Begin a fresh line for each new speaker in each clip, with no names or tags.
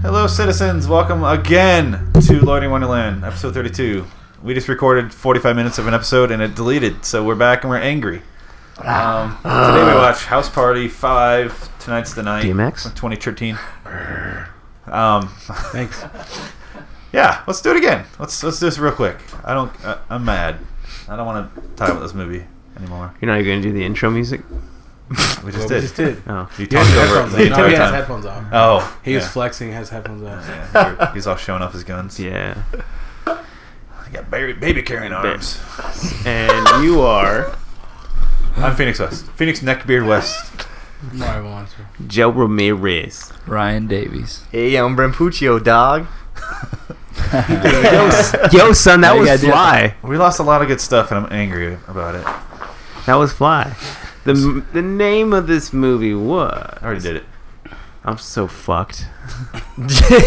Hello, citizens. Welcome again to Lordy Wonderland, episode 32. We just recorded 45 minutes of an episode and it deleted, so we're back and we're angry. Um, today we watch House Party 5, Tonight's the Night,
DMX?
from 2013. Um,
Thanks.
yeah, let's do it again. Let's let's do this real quick. I don't. Uh, I'm mad. I don't want to talk about this movie anymore.
You're not even gonna do the intro music?
We just
Well,
did.
we just did.
Oh.
You
He has
talked
his
over it. the entire
headphones on. No, he has
time.
headphones on.
Oh,
he was
yeah.
flexing his headphones on.
Yeah, he's all showing off his guns.
Yeah.
I got baby, baby carrying arms.
And you are
I'm Phoenix West. Phoenix Neckbeard West.
Marvel Monster.
Joe Ramirez.
Ryan Davies.
Hey, I'm Brampuccio, dog.
Yo, s- yo, son, that
Now you
was
gotta do it.
fly.
We lost a lot of good stuff, and I'm angry about it. I
That was fly. The m- the name of this movie was.
already did it.
I'm so fucked.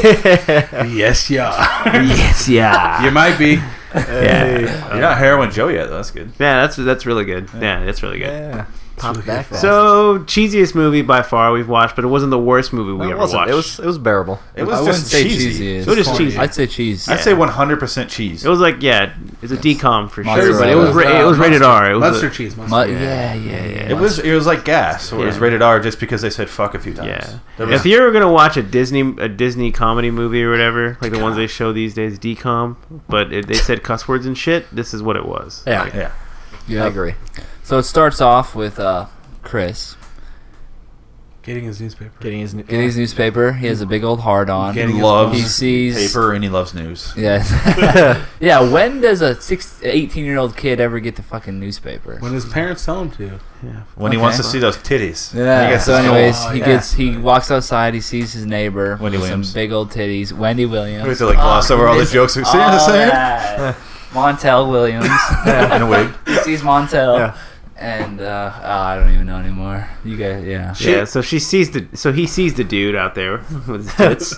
Yes, yeah.
yes, yeah.
you might be.
yeah.
You're not heroin Joe yet. Though. That's good.
Yeah, that's that's really good. Yeah, that's really good.
Yeah.
Pop
really
back.
fun.
So cheesiest movie by far we've watched, but it wasn't the worst movie we
it
ever
wasn't.
watched.
It was it was bearable.
It was
I wouldn't
just
say
cheesy.
cheesy. is
It was just
corny.
cheesy.
I'd say cheese.
I'd say 100% cheese.
It was like yeah, it's a decom for sure,
Mozzarella.
but it was ra- it was rated R. It was
Monster
a-
cheese. Monster.
Mu-
cheese.
yeah, yeah, yeah.
It was, it was like gas, or it was
Yeah.
rated R just because they said fuck a few times.
Yeah.
There was-
If you're gonna watch a Disney a Disney comedy movie or whatever, like the ones they show these days, decom, but it, they said cuss words and shit. This is what it was.
Yeah.
Like,
yeah.
I agree. So it starts off with uh, Chris
Getting his newspaper.
Getting his
getting his newspaper. He has a big old heart on.
He
Getting- his-
loves
he sees
paper and he loves news.
Yes. yeah. When does a six, 18 year old kid ever get the fucking newspaper?
When his parents tell him to.
yeah.
When he
Okay.
wants to see those titties. He
Yeah.
gets
So,
this
anyways,
Oh,
he
yeah.
gets he walks outside. He sees his neighbor
Wendy
with
Williams.
some big old titties. Wendy Williams.
We have to, like, gloss over all the
this-
jokes we've seen,
all
the same.
that. Montel Williams.
whole- in a wig.
He sees Montel.
Yeah.
And uh, oh, I don't even know anymore. You guys, yeah.
Yeah, So she sees the so he sees the dude out there with his tits.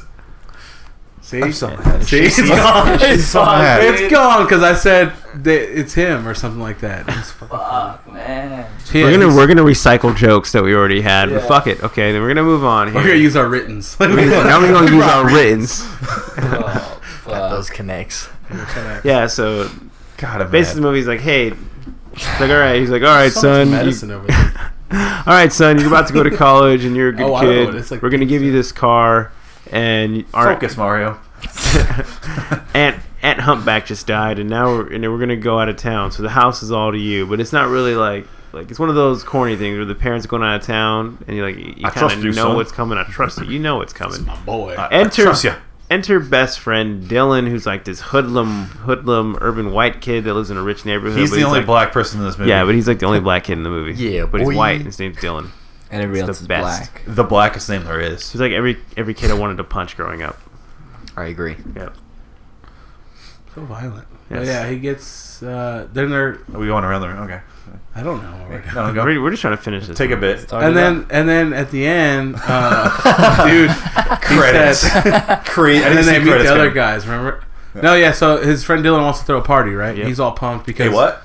See?
I'm so mad.
See? It's
She's-
gone.
she's so mad.
It's gone because I said that it's him or something like that. It's fucking funny.
Fuck, man.
Yeah,
we're gonna
he's-
we're gonna recycle jokes that we already had. But
Yeah.
fuck it. Okay, then we're gonna move on.
We're
here.
gonna use our writtens.
We're gonna- now we're gonna use our writtens.
Oh,
got
fuck.
those connects.
Yeah. So
God, I'm
basically,
mad.
the movie's like, hey. It's like all right, he's like all right,
So much
son. you-
medicine over there.
all right, son, you're about to go to college and you're a good
Oh, I know
kid.
it. It's like-
We're gonna give you this car, and our
Focus, Mario.
Aunt Aunt Humpback just died, and now we're and we're gonna go out of town. So the house is all to you, but it's not really like like it's one of those corny things where the parents are going out of town, and you're like you
I
kind
trust
of
you,
know
son.
what's coming. I trust you. You know what's coming.
My boy.
Enter-
Trust ya.
Enter best friend Dylan, who's like this hoodlum hoodlum urban white kid that lives in a rich neighborhood.
He's
but
the only
like-
black person in this movie.
Yeah, but he's like the only black kid in the movie.
Yeah,
but he's
boy.
white. and His name's Dylan.
And everybody
It's the
else is
best.
black.
the blackest name there is.
He's like every every kid I wanted to punch growing up.
I agree.
Yep.
So violent.
Yes.
But yeah, he gets. Uh, then they're.
Are we going around the room? Okay.
I don't know. Where we're
No, go.
We're, we're just trying to finish this.
Take a
one.
bit.
Start
and
it
then and then at the end, uh, dude,
Credits. Creed.
and then they meet the other
guy.
guys. Remember? No, yeah. So his friend Dylan wants to throw a party, right?
Yep.
He's all pumped because
Hey, what?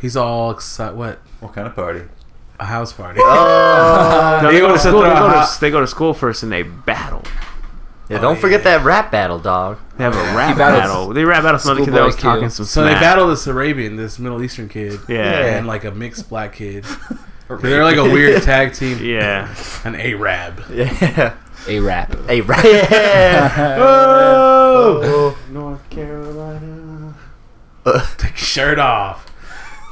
He's all excited. What?
What kind of party?
A house party?
Oh,
No, they,
They
go
wanna
to school,
throw
they,
a
go to,
hot-
they go to school first and they battle.
Yeah,
Oh,
don't forget that rap battle, dog.
They have a rap
battles
battle. They rap battle some other kid that
schoolboy
was talking
kid.
some
so
smack.
they battle this Arabian, this Middle Eastern kid,
Yeah.
and like a mixed black kid. They're like a weird tag team.
Yeah.
An Arab.
Yeah.
a rap.
Hey, rap. Yeah.
Oh! North Carolina.
Take your shirt off.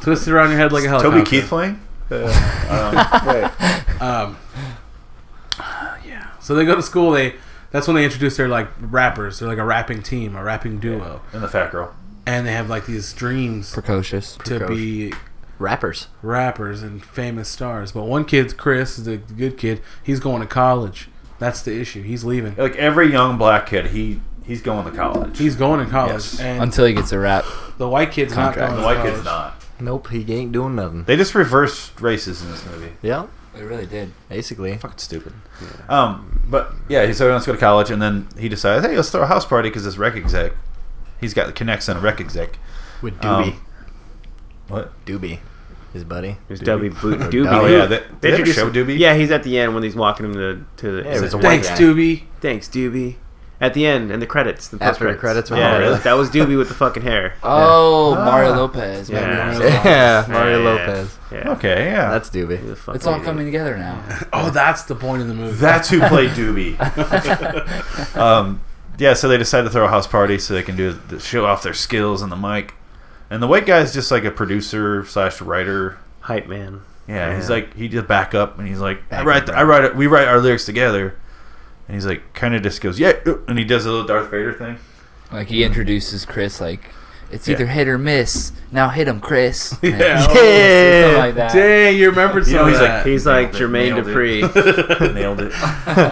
Twist it around your head like a helicopter.
Toby Keith playing? Uh,
Um, yeah. So they go to school. They that's when they introduce their like rappers. They're like a rapping team, a rapping duo,
And the fat girl.
and they have like these dreams
Precocious.
to be
Rappers.
rappers and famous stars. But one kid, Chris, is the good kid. He's going to college. That's the issue. He's leaving.
Like every young black kid, he he's going to college.
He's going to college,
Yes.
and
Until he gets a rap.
the white kid's not
Contract.
going.
the
to
white
college.
kid's not.
Nope, he ain't doing nothing.
They just reversed races in this movie.
Yeah,
It really did.
basically.
Fucking stupid. Um, but yeah, he so he wants to go to college, and then he decides, hey, let's throw a house party because this rec exec, he's got the connects on a rec exec.
With Doobie.
Um, What?
Doobie, his buddy.
There's Doobie. Boot, Doobie.
Oh yeah, they, they,
They
have a
introduced-
show Doobie.
Yeah, he's at the end when he's walking him to, to the.
Yeah, it was a
Thanks,
white
Thanks,
guy.
Doobie.
Thanks, Doobie. At the end, and the credits, the
After the
post-credits.
credits were
yeah,
over.
that- that was Doobie with the fucking hair.
Oh, Mario
Ah.
Lopez. Maybe.
Yeah.
yeah,
Yeah,
Mario
yeah,
Lopez.
Yeah,
Okay, yeah. That's,
That's Doobie.
Who the fuck
It's all
is it?
coming together now.
Oh, that's the point of the movie.
who played Doobie. um, yeah, so they decide to throw a house party so they can do the, show off their skills on the mic. And the white guy's just like a producer slash writer.
hype man.
Yeah, he's
Yeah.
like he just back up and he's like I
Back
write
up,
the,
bro.
I write it, we write our lyrics together. And he's like kind of just goes yeah uh," and he does a little Darth Vader thing.
Like he introduces Chris. Like it's
Yeah.
either hit or miss. Now hit him, Chris.
Yeah.
Yeah.
Oh,
Something like that.
Dang, you remembered some
You know,
of
he's
that.
He's like
Nailed it,
Jermaine
nailed it.
Dupree.
Nailed it.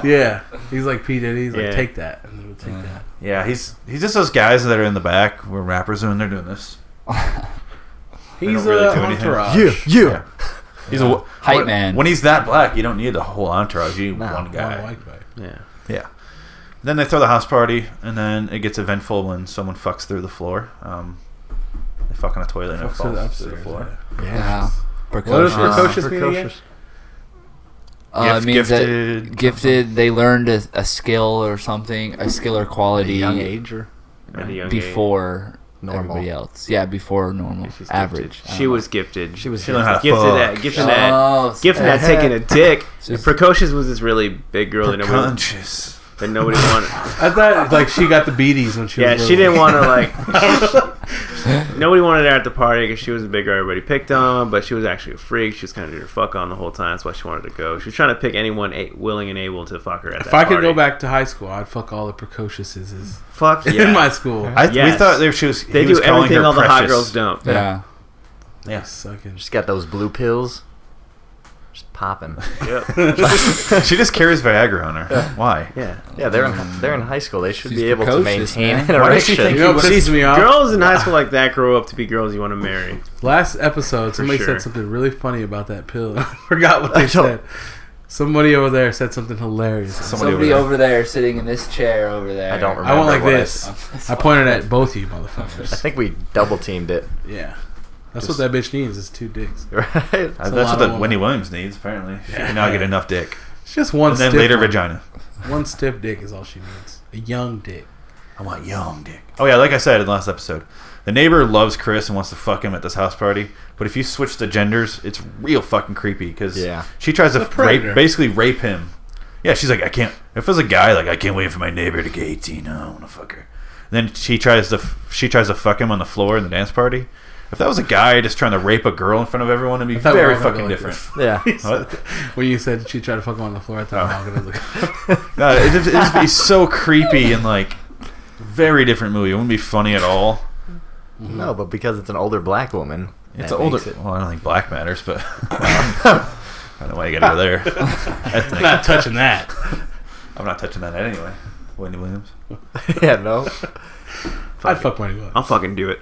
yeah, he's like P Diddy. He's like,
Yeah.
take that, and they would take that.
Yeah, he's he's just those guys that are in the back where rappers are and they're doing this. don't
He's
really
a
do anything.
entourage.
Yeah. He's a
Hype
when-
man.
When he's that black, you don't need a whole entourage. You need
No,
one
One
guy.
white guy.
yeah.
Yeah. Then they throw the house party, and then it gets eventful when someone fucks through the floor. Um, they fuck on a toilet and it
Fucks
falls through
it
the
upstairs.
floor.
yeah.
Wow.
What does
Precocious.
precocious
Uh,
mean again?
precocious.
Uh, it
Gift-
means that
gifted.
gifted. They learned a, a skill or something, a skill or
At a
quality
young age or
At a young age.
before
normal.
everybody else. Yeah, before normal,
She's gifted.
average. I
She
don't
was gifted. She was
She learned how to
gifted
fuck.
at gifted
know.
at
Oh, so-
gifted at taking a dick. And
Just-
precocious was this really big girl that nobody
Conscious.
that nobody wanted.
I thought like she got the beaties when she
Yeah,
was
she didn't
little.
want to like. nobody wanted her at the party because she was the big girl everybody picked on, but she was actually a freak. She was kind of doing her fuck on the whole time. That's why she wanted to go. She was trying to pick anyone a- willing and able to fuck her at
If
that
I could
party.
go back to high school, I'd fuck all the precociouses
fuck yeah.
in my school.
I, We
Yes.
thought they, she was.
they
he
do
was calling
everything
her
all the hot
precious.
girls don't.
Yeah.
Yeah.
Sucking.
Just got those blue pills. Just popping.
Yep.
she just carries Viagra on her. Why?
Yeah.
Yeah, they're in they're in high school. They should
She's
be able to
precocious,
maintain
man.
an
Why does she
erection.
think
You know what pisses me off?
Girls in high school like that grow up to be girls you want to marry.
Last episode, somebody
sure.
said something really funny about that pill. I forgot what they
I
said.
don't-
Somebody over there said something hilarious.
Somebody,
Somebody
over
over there sitting in this chair over there.
I don't remember.
I went like
what
this. I pointed at both of you
I
motherfuckers.
think we double teamed it.
Yeah. That's what that bitch needs is two dicks.
Right?
there. Uh,
a
That's
lot
what
of
the
women.
Wendy Williams needs. Apparently, she can now get enough dick,
It's just one
and then
stiff
later
one.
vagina.
One stiff dick is all she needs. A young dick.
I want young dick. Oh yeah, like I said in the last episode, the neighbor loves Chris and wants to fuck him at this house party. But if you switch the genders, it's real fucking creepy because
Yeah.
she tries to
It's a predator.
rape, basically rape him. Yeah, she's like, I can't. If it was a guy, like I can't wait for my neighbor to get eighteen. I want to fuck her. then she tries to f- she tries to fuck him on the floor in the dance party. If that was a guy just trying to rape a girl in front of everyone, it'd be
thought we
very
were all gonna
fucking
go like
different.
Yeah.
What?
When you said she tried to fuck him on the floor, I thought "Oh, I was gonna look.
No, it'd, just- it'd just be so creepy and like very different movie. It wouldn't be funny at all.
No, but because it's an older black woman.
It's
that
an older.
makes it-
Well, I don't think black matters, but I don't know why you got to go there. Ethnic.
Not touching that.
I'm not touching that anyway. Wendy Williams.
yeah, no.
I'd fuck Wendy Williams.
I'll fucking do it.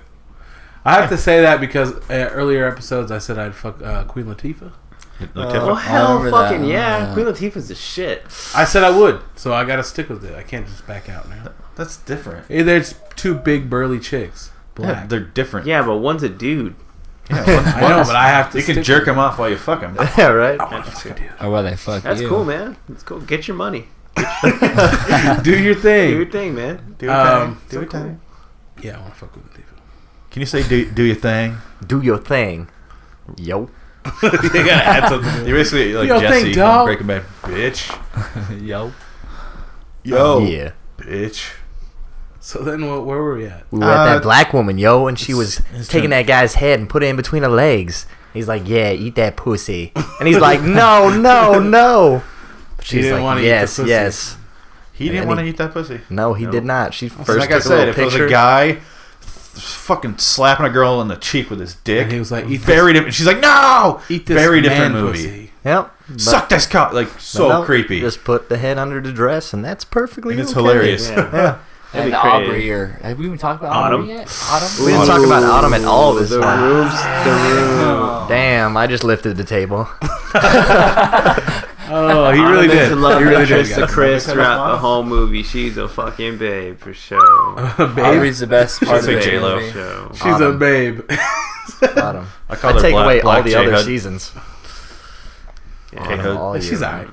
I have to say that because uh, earlier episodes I said I'd fuck uh, Queen Latifah.
Oh
Latifah.
hell,
remember
fucking
that.
yeah!
Yeah.
Queen Latifah's the shit.
I said I would, so I gotta stick with it. I can't just back out now.
That's different.
Hey, there's two big burly chicks.
Yeah,
Black.
they're different.
Yeah, but one's a dude.
Yeah, one-
I know, but I have to.
you can
stick
jerk
with
him off while you fuck him.
Yeah, right.
That's,
Oh, well, they fuck
that's
you.
cool, man. That's cool. Get your money.
it. Do your
Do your
thing.
thing, man.
Do
Um,
Do your thing.
Yeah, I want to fuck with Latifah.
Can you say do do your thing?
Do your thing. Yo.
you gotta add something.
You're basically like
Yo,
Jesse
thing,
from
dog.
Breaking Bad, bitch.
Yo.
Yo,
Yeah.
bitch.
So then, what, where were we at?
We were at
Uh,
that black woman, yo, and she was
it's
taking
true.
that guy's head and put it in between her legs. He's like, "Yeah, eat that pussy," and he's like, "No, no, no." But
He
she's
didn't
like,
wanna eat the
"Yes,
pussy."
yes."
He didn't
And
want to
he-
eat that pussy.
No, he
No.
did not. She first
like
took
I
a
said,
little
if it was
picture.
a guy th- fucking slapping a girl in the cheek with his dick,
And he was like, "Eat this-
very different. She's like, no,
Eat this
very
man
different movie.
pussy.
yep. but-
Suck this cock, like
but
so
no,
creepy.
Just put the head under the dress, and that's perfectly.
And it's
okay.
hilarious.
Yeah.
Yeah.
And
be
Aubrey
crazy.
or have we even talked about
Autumn.
Autumn yet? Autumn.
We didn't talk about autumn at all this
The
time.
roof's the room.
Oh, Damn, I just lifted the table.
Oh, he really did.
To love
He really
interest
did.
to
guys.
Chris throughout the whole movie. She's a fucking babe for sure.
babe.
Aubrey's the best part of
like
the
J-Lo.
movie.
Show.
She's a
Autumn.
babe.
Autumn.
I
I
call her
take
Black-
away all
Black
the
J
other
Hud.
seasons.
Yeah.
Autumn all
She's
year.
alright.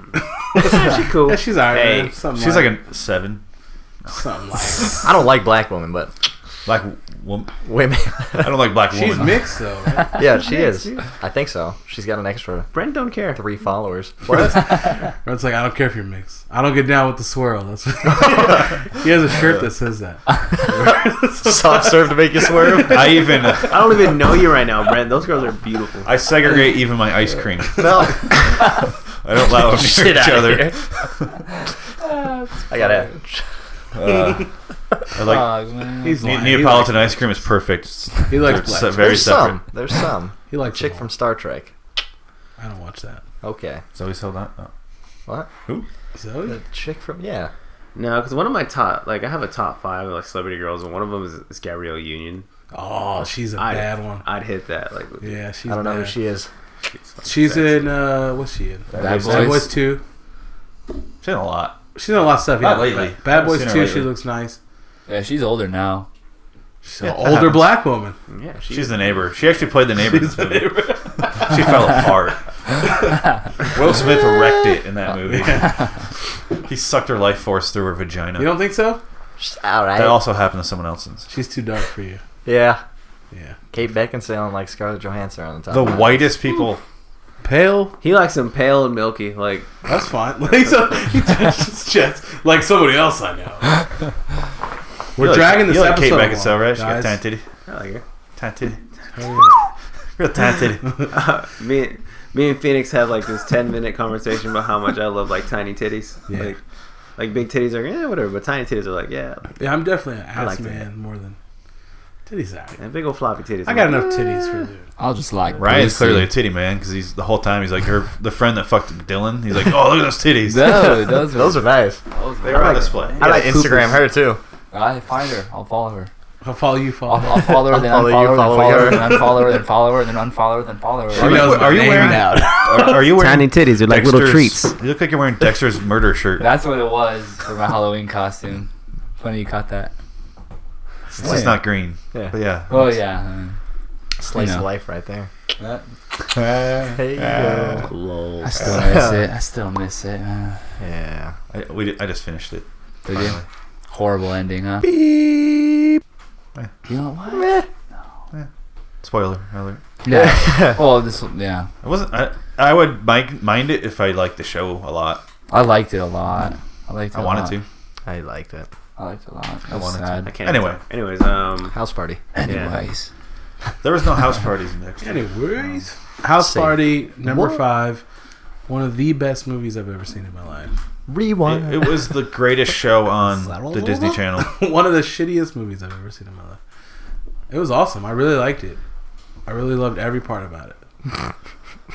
Yeah, she cool.
Yeah, she's alright.
Hey,
man. Something
She's like a seven.
Something like that.
I don't like black women, but
Black woman.
women.
I don't like black women.
She's mixed though. Right?
yeah, she is. I think so. She's got an extra
Brent don't care.
three followers.
Brent's like, I don't care if you're mixed. I don't get down with the swirl. That's he has a shirt that says that.
Soft serve to make you swerve.
I even
I don't even know you right now, Brent. Those girls are beautiful.
I segregate even my ice cream.
no.
I don't allow them
Shit
near each
outta
other.
here. I got it.
Uh, I like
Fuck, man.
He's
Ne-
lying.
Neapolitan ice cream is perfect. It's-
He likes
it's
black.
se- very
There's
separate.
some. There's some.
He likes
Chick from Star Trek.
I don't watch that.
Okay.
So we sell that. Oh.
What?
So
The chick from yeah.
No, because one of my top, like I have a top five of like celebrity girls, and one of them is, is Gabrielle Union.
oh, she's a
I-
bad one.
I'd hit that. Like, with-
Yeah, she's.
I don't know who
bad.
she is.
She's in. uh What's she in?
Bad
Bad
Boys.
Boys Two.
She's in a lot.
She's in a lot of stuff. Yeah,
Not lately.
Bad
I've
Boys
seen her
Two. She
lately.
looks nice.
Yeah, she's older now.
She's an
Yeah, that
older
happens.
black woman.
yeah, she's,
She's the neighbor. She actually played the neighbor in this movie. she fell apart. Will Smith wrecked it in that movie. he sucked her life force through her vagina.
You don't think so?
She's all right.
that also happened to someone else's.
She's too dark for you.
yeah.
Yeah.
Kate Beckinsale and like Scarlett Johansson are on the top.
The whitest people.
Pale.
he likes them pale and milky. Like,
That's fine. Like so, he touched his chest like somebody else I know. We're
You like-
dragging this
you like
episode.
Kate
along,
Beckinsale, right? She got
guys.
talented.
I like her.
Talented. Real talented.
me, me and Phoenix had like this ten minute conversation about how much I love like tiny titties.
Yeah.
Like, like big titties are yeah whatever, but tiny titties are like yeah,
Yeah, I'm definitely an ass
like that.
man more than titties. Out.
and big old floppy titties.
I got enough titties for you.
I'll just like
Ryan's
pussy.
clearly a titty man because he's the whole time he's like her the friend that fucked Dylan. He's like, oh look at those titties.
No, those are,
Oh, Those are nice.
they were on display.
I like Instagram her too.
I find her. I'll follow her.
I'll follow you. Follow.
I'll, I'll follow her, then
I'll follow you,
unfollow
follow
her,
her.
then unfollow her, then unfollow her, then unfollow her, then unfollow her.
Are you,
Then
knows
are you
my name
wearing?
now.
Are, are you wearing
Tiny titties are like little
Dexter's-
treats.
You look like you're wearing Dexter's murder shirt.
That's what it was for my Halloween costume. Funny you caught that.
It's just not green.
Yeah.
But yeah.
Oh yeah. I mean,
Slice
You know.
of life right there.
that-
Hey, yo.
I still miss it. I still miss it. man.
yeah.
I, we, did- I just finished it.
Did you? Horrible ending, huh?
Yeah.
You know what?
Spoiler alert.
Yeah. Well, this. Yeah,
I wasn't. I, I would mind, mind it if I liked the show a lot.
I liked it a lot. I liked. It
I
a
wanted
lot.
to.
I liked it.
I liked it a lot. That's
wanted to.
I
sad.
can't.
Anyway.
anyways, um,
House party.
Anyways,
There was no house parties in Dexter.
Anyways, House
Safe.
Party number
What?
five, one of the best movies I've ever seen in my life.
Rewind.
It, it was the greatest show on the Disney Channel.
one of the shittiest movies I've ever seen in my life. It was awesome. I really liked it. I really loved every part about it.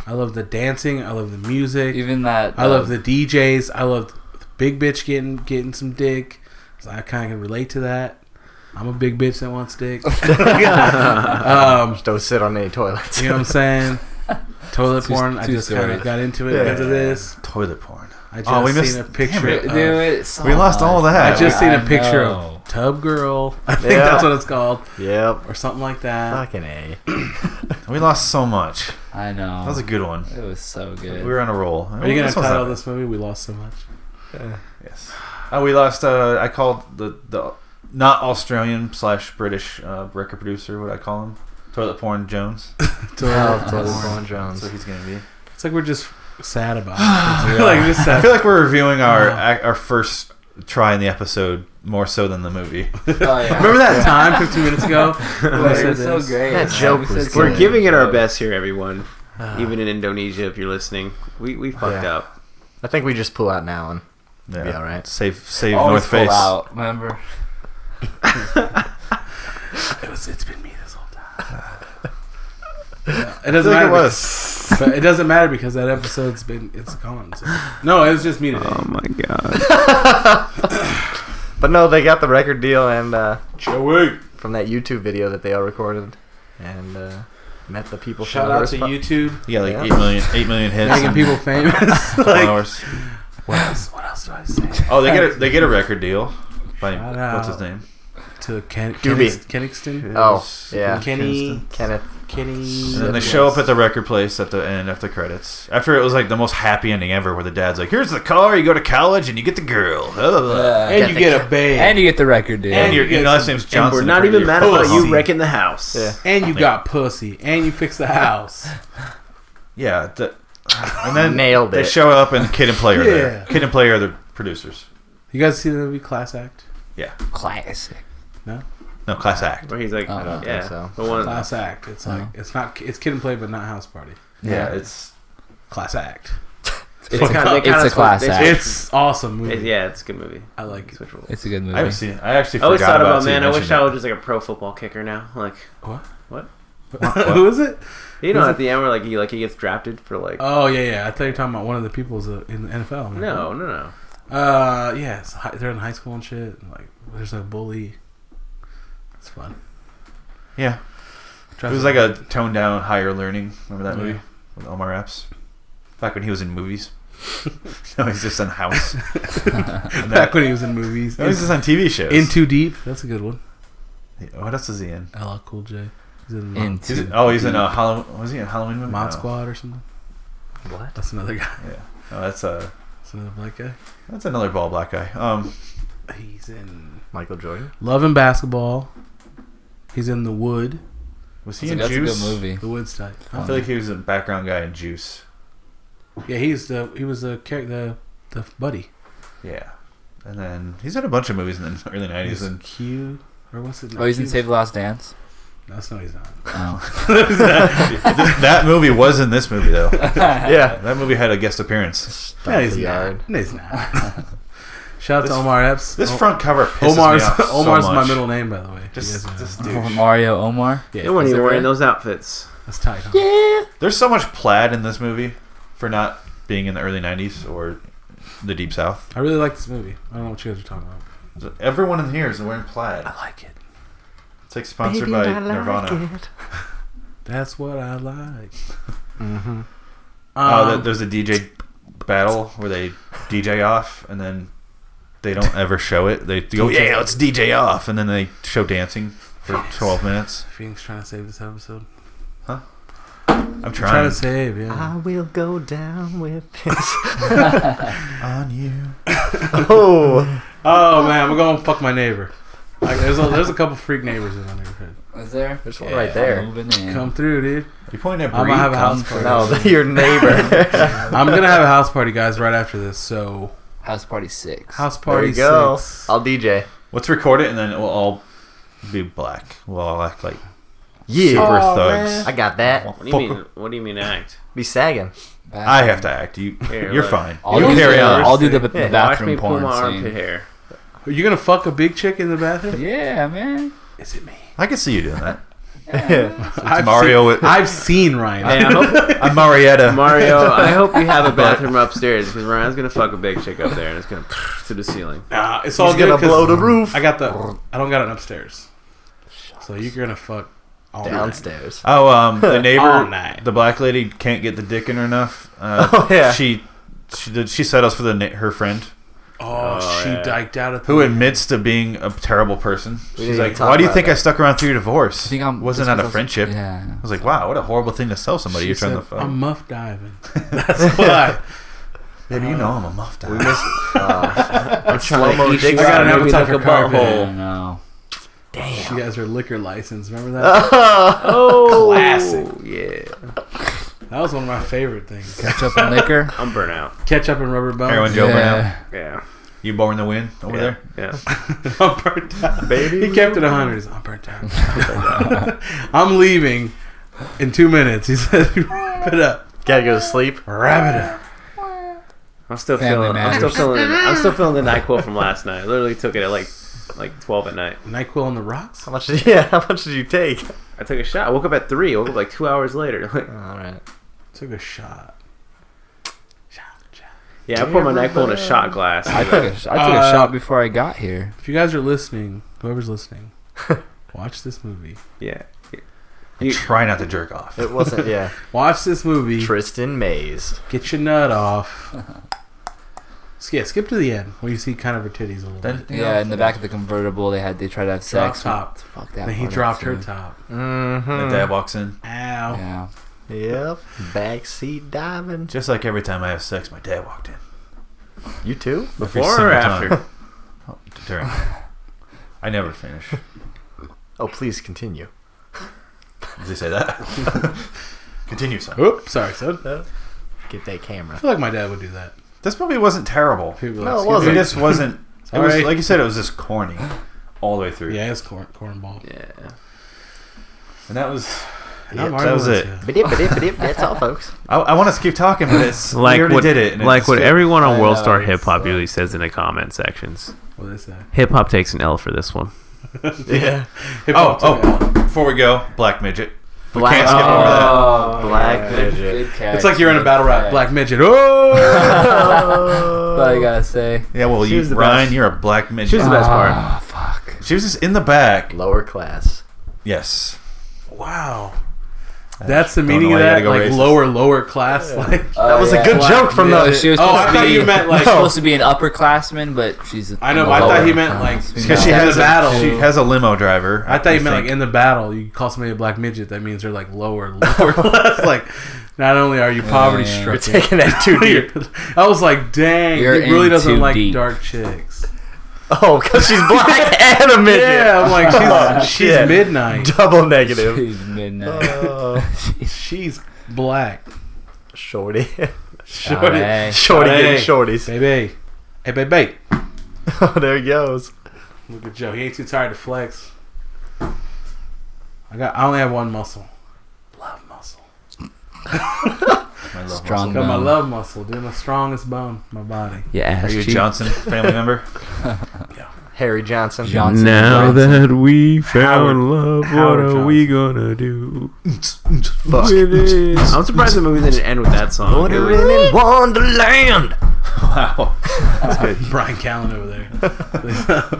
I loved the dancing. I loved the music.
even that.
I love
uh,
the DJs. I love the big bitch getting getting some dick. 'Cause I kind of can relate to that. I'm a big bitch that wants dick. um,
Don't sit on any toilets.
you know what I'm saying? Toilet
Two-
porn. I
two
just kind
stories.
of got into it
Yeah.
because of this.
Toilet porn.
I just
Oh, we
seen
missed-
a
damn
picture.
it.
Of,
Dude, it's so
we lost
much.
all that.
I just seen a
I
picture
know.
of Tub Girl. I think
Yeah.
that's what it's called,
yep.
or something like that.
Fucking A.
We lost so much.
I know.
That was a good one.
It was so good.
We were on a roll.
Are you gonna
This one's not
title
bad.
this movie? We lost so much.
Yes. Oh, we lost. Uh, I called the the not Australian slash British uh, record producer. What I call him? Toilet porn Jones.
Oh,
Toilet
Toilet
porn.
Porn Jones.
So he's gonna be.
It's like we're just sad about it. like this
I
sad.
feel like we're reviewing our
Oh.
ac- our first try in the episode more so than the movie.
Oh, yeah.
Remember that time 15 minutes ago?
It
when we
was
said
so
this?
great.
That
Yeah,
joke
we
was
said
good.
we're
so
giving it our
good.
best here, everyone. Even in Indonesia, if you're listening, we we fucked
Yeah.
up.
I think we just pull out now and
Yeah.
be all right.
Save save
Always
North
full
Face.
out, remember?
It was, it's been me this whole time. Yeah, it doesn't
I think
matter.
it was.
Because, but it doesn't matter because that episode's been it's gone. So. No, it was just me today.
Oh
my god.
But no, they got the record deal and uh,
Joey.
from that YouTube video that they all recorded and uh, met the people. from
Shout
the
out
Earth
to
Po-
YouTube
Yeah, like
Yeah.
eight million eight million hits.
making
and
people famous. like,
followers.
what else? What else do I say?
Oh, they get a, they get a record deal by
Shout
what's
out.
his name?
to Ken,
Doobie.
Kenix- Kenningston.
Oh, yeah.
Kenny.
Kenneth.
Kenny.
And then they show up at the record place at the end after credits. After it was like the most happy ending ever, where the dad's like, "Here's the car, you go to college, and you get the girl." Blah, blah, blah.
Uh,
And you
Get the
get a babe.
and
And you,
you get the record deal.
and
you
your
get
your last
some-
name's
And
Johnson. Oh,
we're not
for
even
your
mad about
pussy.
you wrecking the house.
Yeah.
got pussy. And you fix the house.
Yeah, the, and then
Nailed
They
it.
show up and Kid and Player are
Yeah.
there. Kid and Player are the producers.
You guys see the movie Class Act?
Classic.
No, class act.
Where he's like,
Oh, I don't
think
yeah,
so.
the one.
Class Act. It's like
Uh-huh.
it's not it's kid and play, but not house party.
Yeah, it's
Class Act.
It's,
a cla- it's a class act.
It's awesome movie.
It, yeah, it's a good movie.
I like it.
Switch roles.
It's a good
I haven't
movie.
seen. it. I actually
I always
forgot
thought
about.
about
it, so
man.
you
I wish
mentioned
I
it.
was just like a pro football kicker now. Like
What?
What?
Who is it?
you know,
Is
at the end where like he like he gets drafted for like.
Oh yeah, yeah. I thought you were talking about one of the people's uh, in the NFL.
no, no, no.
Uh, yeah. It's hi- they're in high school and shit. and, Like, there's a bully. It's fun.
Yeah, it was like a toned down, higher learning. Remember that movie with Omar Epps? Back when he was in movies. no, he's just in House. And
back
that,
when he was in movies.
no, he's just on TV shows.
In Too Deep. That's a good one.
what else is he in?
LL Cool J. He's in,
In
He's in- oh, he's in a Halloween. Was he in Halloween movie?
Mod
No.
Squad or something.
What?
That's another guy.
Yeah. No, that's a
That's another black guy.
that's another ball black guy. Um,
He's in
Michael Jordan?
Love and Basketball. He's in The Wood.
was he
That's a-
in
that's a
Juice?
good movie.
The Woods type.
I feel like he was a background guy in Juice.
yeah, he's the he was the char- the the buddy.
Yeah. And then he's in a bunch of movies in the early nineties.
He's in
And
Q or what's it?
Oh, he's in
Q?
Save the Last Dance.
That's no, he's not.
Oh.
that movie was in this movie though.
Yeah.
That movie had a guest appearance.
No, he's
the yard.
not. No, he's not. Shout out
This-
to Omar Epps.
This
O-
front cover pisses
Oh, Omar's
me off so
Omar's my
much.
middle name, by the way. uh, if you
Just,
guys know.
this
Omar-
douche.
Mario Omar.
yeah,
They weren't
Is
even
it
wearing
right?
those outfits.
that's tight. Huh?
Yeah.
There's so much plaid in this movie for not being in the early '90s or the Deep South.
I really like this movie. I don't know what you guys are talking about.
Everyone in here is wearing plaid.
I like it.
It's like sponsored by Nirvana.
That's what I like.
Mm-hmm.
oh,
Um,
that, there's a DJ battle where they DJ off, and then they don't ever show it. They go,
DJ.
"Yeah, let's DJ off," and then they show dancing for 12 minutes.
Phoenix trying to save this episode.
I'm
Trying, trying
trying Ah.
to save, yeah.
I will go down with this.
on you.
oh.
Oh man, we're going to fuck my neighbor. Like, there's a there's a couple freak neighbors in my neighborhood.
Was there?
There's one right there.
Moving in.
Come through, dude.
You pointing at
I'm
Bree?
gonna have a
Come
house party.
No, your neighbor.
I'm gonna have a house party, guys, right after this. So
House Party Six.
house
there
party
you go.
six.
I'll DJ.
Let's record it, and then we'll all be black. We'll all act like super
Yeah.
thugs.
I got that.
What do you
Fuck.
mean? What do you mean act?
Be sagging.
Bathroom.
I have to act. You,
Here,
you're
look.
fine.
I'll
you
do
carry
the,
on.
I'll do the, the
Yeah, watch
Watch
bathroom
me pull
porn
my
scene.
armpit hair.
Are you gonna fuck a big chick in the bathroom?
Yeah, man.
Is it me?
I can see you doing that.
I've
Mario
Seen,
with-
I've seen Ryan.
Hey, I hope,
I'm Marietta.
Mario, I hope you have a bathroom upstairs because Ryan's gonna fuck a big chick up there and it's gonna to the ceiling.
Nah, it's all
He's gonna
good 'cause
blow the roof.
I got the. I don't got it upstairs. So you're gonna fuck all night.
Downstairs.
Oh, um, the
All
neighbor,
night.
the black lady can't get the dick in her enough. Uh,
Oh, yeah.
She, she did. She set us for the na- her friend
Oh,
Oh,
she
yeah.
diked out at the.
who admits to being a terrible person.
We
She's
didn't
like,
even talk
"Why do you
about
think I
that."
stuck around through your divorce?
I think I'm
Wasn't
just
that a
'cause I'm-
friendship?"
Yeah.
I was like, "Wow, what a horrible thing to sell somebody."
She
You're trying
said,
to fuck.
I'm muff diving. That's why.
Baby, you know I'm a muff dad.
Uh,
trying
I'm
to
slow-mo
eat you
shit.
out.
I got an
Maybe
appetite for
like a
carpet.
butthole.
Oh no.
She has her liquor license. Remember that?
Oh,
Classic.
Yeah,
that was one of my favorite things.
Ketchup and liquor.
I'm burnt out.
Ketchup and rubber
Heroin
bones.
Joe Brown.
yeah.
Yeah,
You born the wind over
yeah,
there?
Yeah,
I'm burnt out.
Baby.
He kept it 100. He's, I'm burnt out. I'm leaving in two minutes. He said, wrap it up.
Gotta go to sleep.
Wrap it up.
I'm still
Family
feeling. I'm still
matters.
feeling. I'm still feeling the Nyquil from last night. I literally took it at like like 12 at night.
NyQuil on the rocks?
How much did, yeah, how much did you take?
I took a shot. I woke up at three. I woke up like two hours later. Like,
Alright.
Took a shot. Shot, shot.
yeah, I poured my Nyquil in a shot glass.
I took a, I took
Uh,
a shot before I got here.
If you guys are listening, whoever's listening, watch this movie.
Yeah,
You
You-
try not to jerk off.
It wasn't, yeah.
Watch this movie.
Tristan Mays.
Get your nut off. So, yeah, skip to the end where you see kind of her titties a little
Then-
bit.
Yeah, in the back of the convertible, they had they tried to have
Drop
sex.
top.
Fuck that.
Then he
part up,
dropped her
too.
top.
The
Hmm.
Mm-hmm.
dad walks in.
Ow.
Yeah.
Yep. Backseat diving.
Just like every time I have sex, my dad walked in.
You too?
Every
Before or
single
after?
time. Oh, during. I never finish.
Oh, please continue.
Did they say that? Continue, son.
Oops, sorry, son.
Get that camera.
I feel like my dad would do that.
This movie wasn't terrible.
People
No, it
like,
It
wasn't.
just wasn't. It was
Sorry.
like you said. It was just corny, all the way through.
Yeah, it's corn cornball.
Yeah.
And that was.
Not
Yep,
Mario
that was
Brothers,
it.
yeah.
Ba-dip, ba-dip, ba-dip. That's all, folks.
I, I want to keep talking, but it's like
Like
we already
what,
did it. and it
like
just
what
fit.
everyone on
I
World
know,
Star
it
Hip Hop
sucks.
usually says in the comment sections.
What did they say?
Hip hop takes an L for this one.
Yeah.
Hip
Oh,
hop took it.
oh! Before we go, Black Midget.
Black,
can't skip over that.
Oh,
Black midget.
Good catch.
It's like you're in a battle rap.
Black midget. Oh!
That's all I gotta say.
Yeah, well,
She
you,
was the
Ryan,
best.
you're a Black Midget.
She was the
Oh.
best part.
Ah, fuck.
She was just in the back.
uh, Lower class.
Yes.
wow. That's the
don't know
meaning
why
of
you gotta
that.
go
Like
racist.
lower, lower class. Like
That
was a good joke from the-
Oh, She was
Oh,
supposed
I
to
thought
be,
you meant, like-
she's supposed to be an upperclassman, but she's.
I know,
in
but I
the
thought he
lower
meant,
class.
like,
Because she
In the
has
battle.
a, she has a limo driver.
I thought you meant
think.
like in the battle, you call somebody a black midget. That means they're like lower, lower class. Like, not only are you poverty
yeah.
You're
stricken,
taking that too deep.
I was like, dang,
You're
he really
in
doesn't
too
like
deep.
dark chicks.
Oh, because she's black and a midget.
Yeah, I'm like,
Oh,
she's, she's
shit.
midnight.
Double negative.
She's uh, midnight.
Oh,
She's black.
shorty.
Shorty.
Alright.
Shorty
Hey.
getting shorties.
Baby. Hey, baby.
Oh, there he goes.
Look at Joe. He ain't too tired to flex. I got. I only have one muscle. Love muscle.
My love
Strong.
Got my
Bone.
love muscle, dude. My strongest bone, my body.
Yeah,
muscle. Are
ass
you a
cheek.
Johnson family member?
Harry Johnson.
Johnson.
Now
Johnson.
that we found love,
Howard
what are
Johnson.
we gonna do?
Fuck.
with it? I'm surprised the movie didn't end with that song. It was-
Wandering in Wonderland.
Wow.
Brian Callen over there.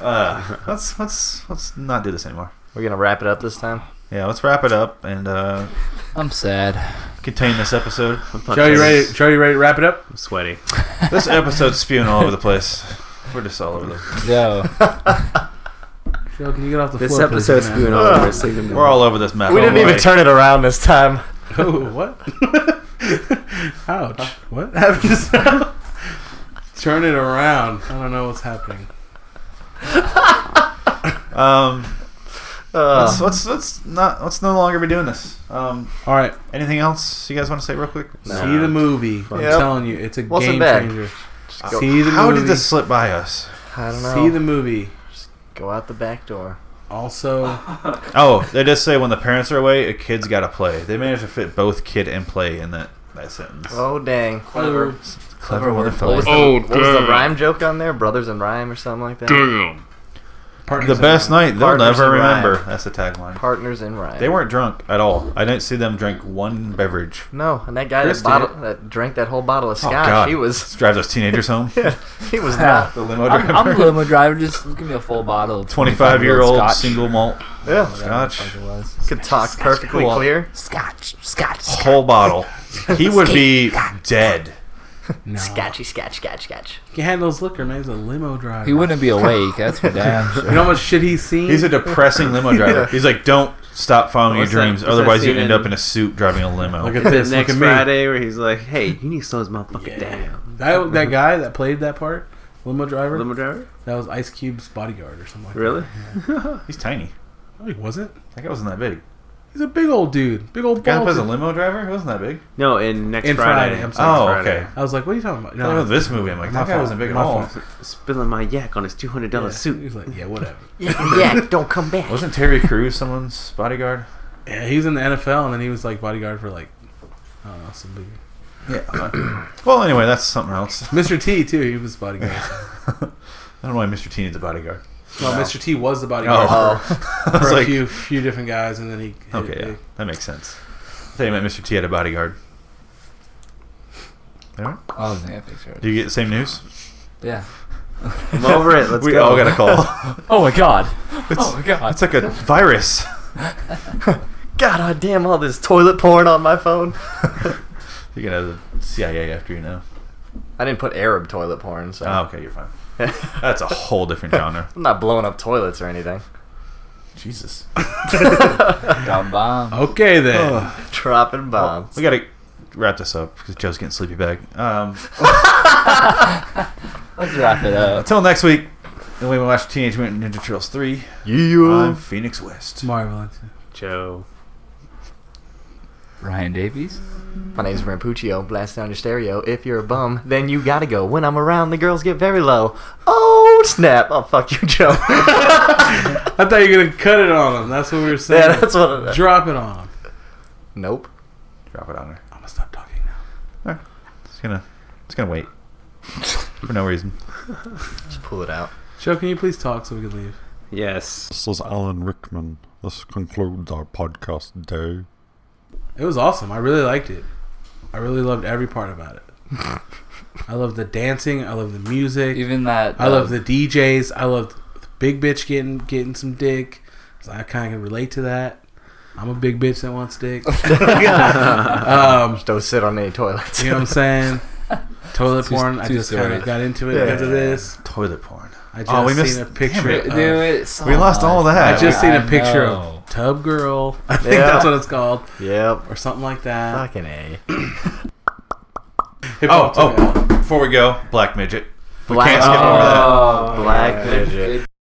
Uh, let's let's let's not do this anymore.
We're gonna wrap it up this time.
Yeah, let's wrap it up and uh,
I'm sad.
contain this episode.
I'm fucking-
Joe, you ready? Joe, you ready to wrap it up?
I'm sweaty.
This episode's spewing all over the place. We're just all over the.
Yo.
Joe, can you get off the
This
floor? please,
episode's
man?
spewing all over. us. Leave them
We're all over this map.
We didn't
Don't
even
worry.
turn it around this time.
Oh, what? Ouch. What happened just now? Turn it around. I don't know what's happening.
Um, let's,
Uh,
let's let's not let's no longer be doing this. Um,
All right.
anything else you guys want to say real quick?
No.
See the movie. I'm
Yep.
telling you, it's a
What's in
game
bed?
changer.
just go,
See the
How
movie.
did this slip by us?
I don't know.
See the movie.
go out the back door.
Also,
Oh, they just say when the parents are away, a kid's got to play. They managed to fit both kid and play in that that sentence.
Oh dang.
Clever.
Clever
wordplay.
motherfucker.
Oh, what was the rhyme joke on there? Brothers in rhyme or something like that.
The best night they'll
Partners
never
in rhyme.
remember. That's the tagline.
Partners in rhyme.
They weren't drunk at all. I didn't see them drink one beverage.
No, and that guy
Chris
that,
did.
bottle, that drank that whole bottle of
oh,
scotch,
God.
he was
drive those teenagers home.
he was not.
The limo
I'm, I'm a
driver.
limo driver. Just give me a full bottle. of
25 year old
scotch.
single malt
Yeah,
scotch.
Fuck it was.
could talk perfectly
Cool.
clear.
Scotch. Scotch.
Whole bottle. He would be dead.
No.
Scotchy, scotch, scotch, scotch.
He handles liquor, man. He's a limo driver.
He wouldn't be awake. That's for damn sure.
You know how much shit he's seen?
He's a depressing limo driver.
Yeah.
He's like, don't stop following
What's
your
that-
dreams,
what's that
otherwise you
scene
end
in-
up in a suit driving a limo.
Look at
The
this. Look
next
at me.
Friday, where he's like, "Hey, you need to slow this motherfucker down."
That, that guy that played that part, limo driver,
Limo driver,
that was Ice Cube's bodyguard or something like
really?
He's tiny.
that. No, he wasn't.
That guy wasn't that big.
He's a big old dude. Big old
The guy that
bald
plays a
dude.
limo driver? He wasn't that big.
No, in next
In
Friday.
Friday, I'm sorry.
Oh,
Friday.
okay.
I was like, what are you talking about?
I don't know this movie. I'm like,
My
that guy
fault.
wasn't big at
My
all.
fault.
Spilling my yak on his two hundred dollar
Yeah.
suit.
He's like, yeah, whatever.
yeah, don't come back.
Wasn't Terry Crews someone's bodyguard?
yeah, he was in the NFL and then he was like bodyguard for like, I don't know, some big.
Yeah. well, anyway, that's something else.
Mr. T too. He was bodyguard.
I don't know why Mr. T needs a bodyguard.
Well, Mr. T was the bodyguard
Oh.
for,
I was
for a
like,
few few different guys, and then he.
Okay,
he-
yeah, that makes sense. I thought you meant Mr. T had a bodyguard. Alright.
Oh, I was taking a picture. of it.
Do you get the same news?
Yeah.
I'm over it. Let's
we
go.
all got a call.
Oh my god. oh my god.
it's like a virus.
God, I damn all this toilet porn on my phone.
You're gonna have the CIA after you now.
I I didn't put Arab toilet porn, so
Oh, okay, you're fine. That's a whole different genre.
I'm not blowing up toilets or anything.
Jesus.
Dumb bomb.
Okay then.
Oh.
Dropping bombs.
We got to wrap this up because Joe's getting sleepy back. Um,
Let's wrap it up.
until next week, the way we watch Teenage Mutant Ninja Turtles 3, I'm
Yeah.
Phoenix West.
Mario Valencia.
Joe.
Ryan Davies.
My name's Rampuccio. Blast down your stereo. If you're a bum, then you gotta go. When I'm around, the girls get very low. Oh snap! Oh fuck you, Joe.
I thought you were gonna cut it on him. That's what we were saying.
yeah, that's what.
Drop it on him.
nope.
Drop it on her.
I'm gonna stop talking now.
It's going to it's gonna wait for no reason.
Just pull it out.
Joe, can you please talk so we can leave?
Yes.
This is Alan Rickman. This concludes our podcast day.
It was awesome. I really liked it. I really loved every part about it. I loved the dancing. I loved the music.
Even that.
I
uh,
love the DJs. I love the big bitch getting getting some dick. 'Cause I kind of can relate to that. I'm a big bitch that wants dick. um,
Just don't sit on any toilets.
you know what I'm saying? Toilet
Two-
porn. I
two
just kind
stories.
of got into it
Yeah.
because of this.
Toilet porn.
I just
Oh, we
seen
missed-
a
damn
picture.
it.
of-
Dude, it's so
we lost all
much.
that.
Oh, I just seen a
I
picture
know.
of Tub Girl. I think
Yeah.
that's what it's called,
Yep.
or something like that.
Fucking a.
Hip
Oh,
hop took it out.
oh, before we go, Black Midget. We
Black-
can't skip over that.
Oh,
Black
yeah.
midget.